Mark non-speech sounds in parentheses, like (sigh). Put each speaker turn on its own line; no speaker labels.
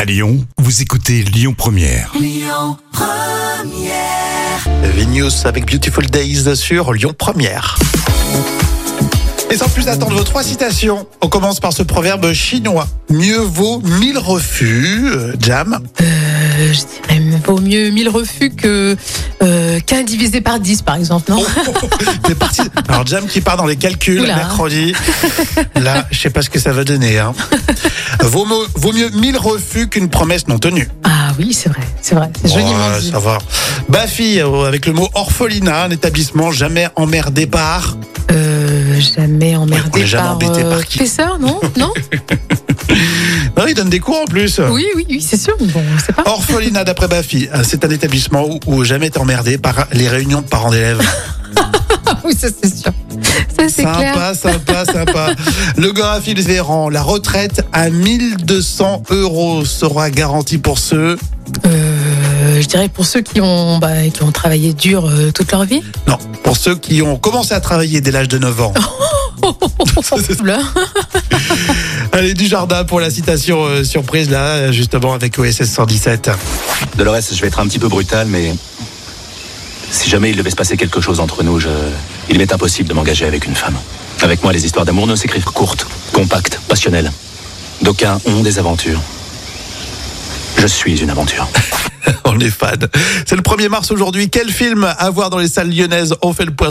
À Lyon, vous écoutez Lyon Première.
Vinus avec Beautiful Days sur Lyon Première. Et sans plus attendre vos trois citations, on commence par ce proverbe chinois. Mieux vaut mille refus, euh, Jam. (laughs)
Euh, je dirais, mais vaut mieux 1000 refus que euh, qu'un divisé par 10, par exemple, non
C'est parti. Alors Jam qui part dans les calculs
Oula.
mercredi. Là, je sais pas ce que ça va donner. hein. Vaut, mo- vaut mieux mille refus qu'une promesse non tenue.
Ah oui, c'est vrai, c'est vrai, c'est joliment
Ouais,
dit.
ça va. Bafi euh, avec le mot orphelinat, un établissement jamais emmerdé par.
Euh, jamais emmerdé
on est jamais
par, euh,
embêté par qui
Fesseur, non
(laughs)
Non
Non, Bah il donne des cours en plus.
Oui, oui, oui, c'est sûr, mais bon, on sait pas.
Oh. Orphelinat d'après Bafi, c'est un établissement où, où jamais t'es emmerdé par les réunions de parents d'élèves.
Ah (laughs) oui, ça c'est sûr. Ça (laughs) c'est clair.
Sympa, sympa,
(laughs)
sympa. Le Gorafi des Véran, la retraite à 1200 euros sera garantie pour ceux.
Euh, je dirais pour ceux qui ont, bah, qui ont travaillé dur euh, toute
(laughs)
leur vie.
Non, pour ceux qui ont commencé à travailler dès l'âge de 9 ans.
Oh. Oula.
Allez, du jardin pour la citation euh, surprise là, euh, justement avec OSS 117.
Dolores, je vais être un petit peu brutal, mais si jamais il devait se passer quelque chose entre nous, je... il m'est impossible de m'engager avec une femme. Avec moi, les histoires d'amour ne s'écrivent courtes, compactes, passionnelles. D'aucuns ont des aventures. Je suis une aventure.
(laughs) On est fan. C'est le 1er mars aujourd'hui. Quel film à voir dans les salles lyonnaises On fait le point.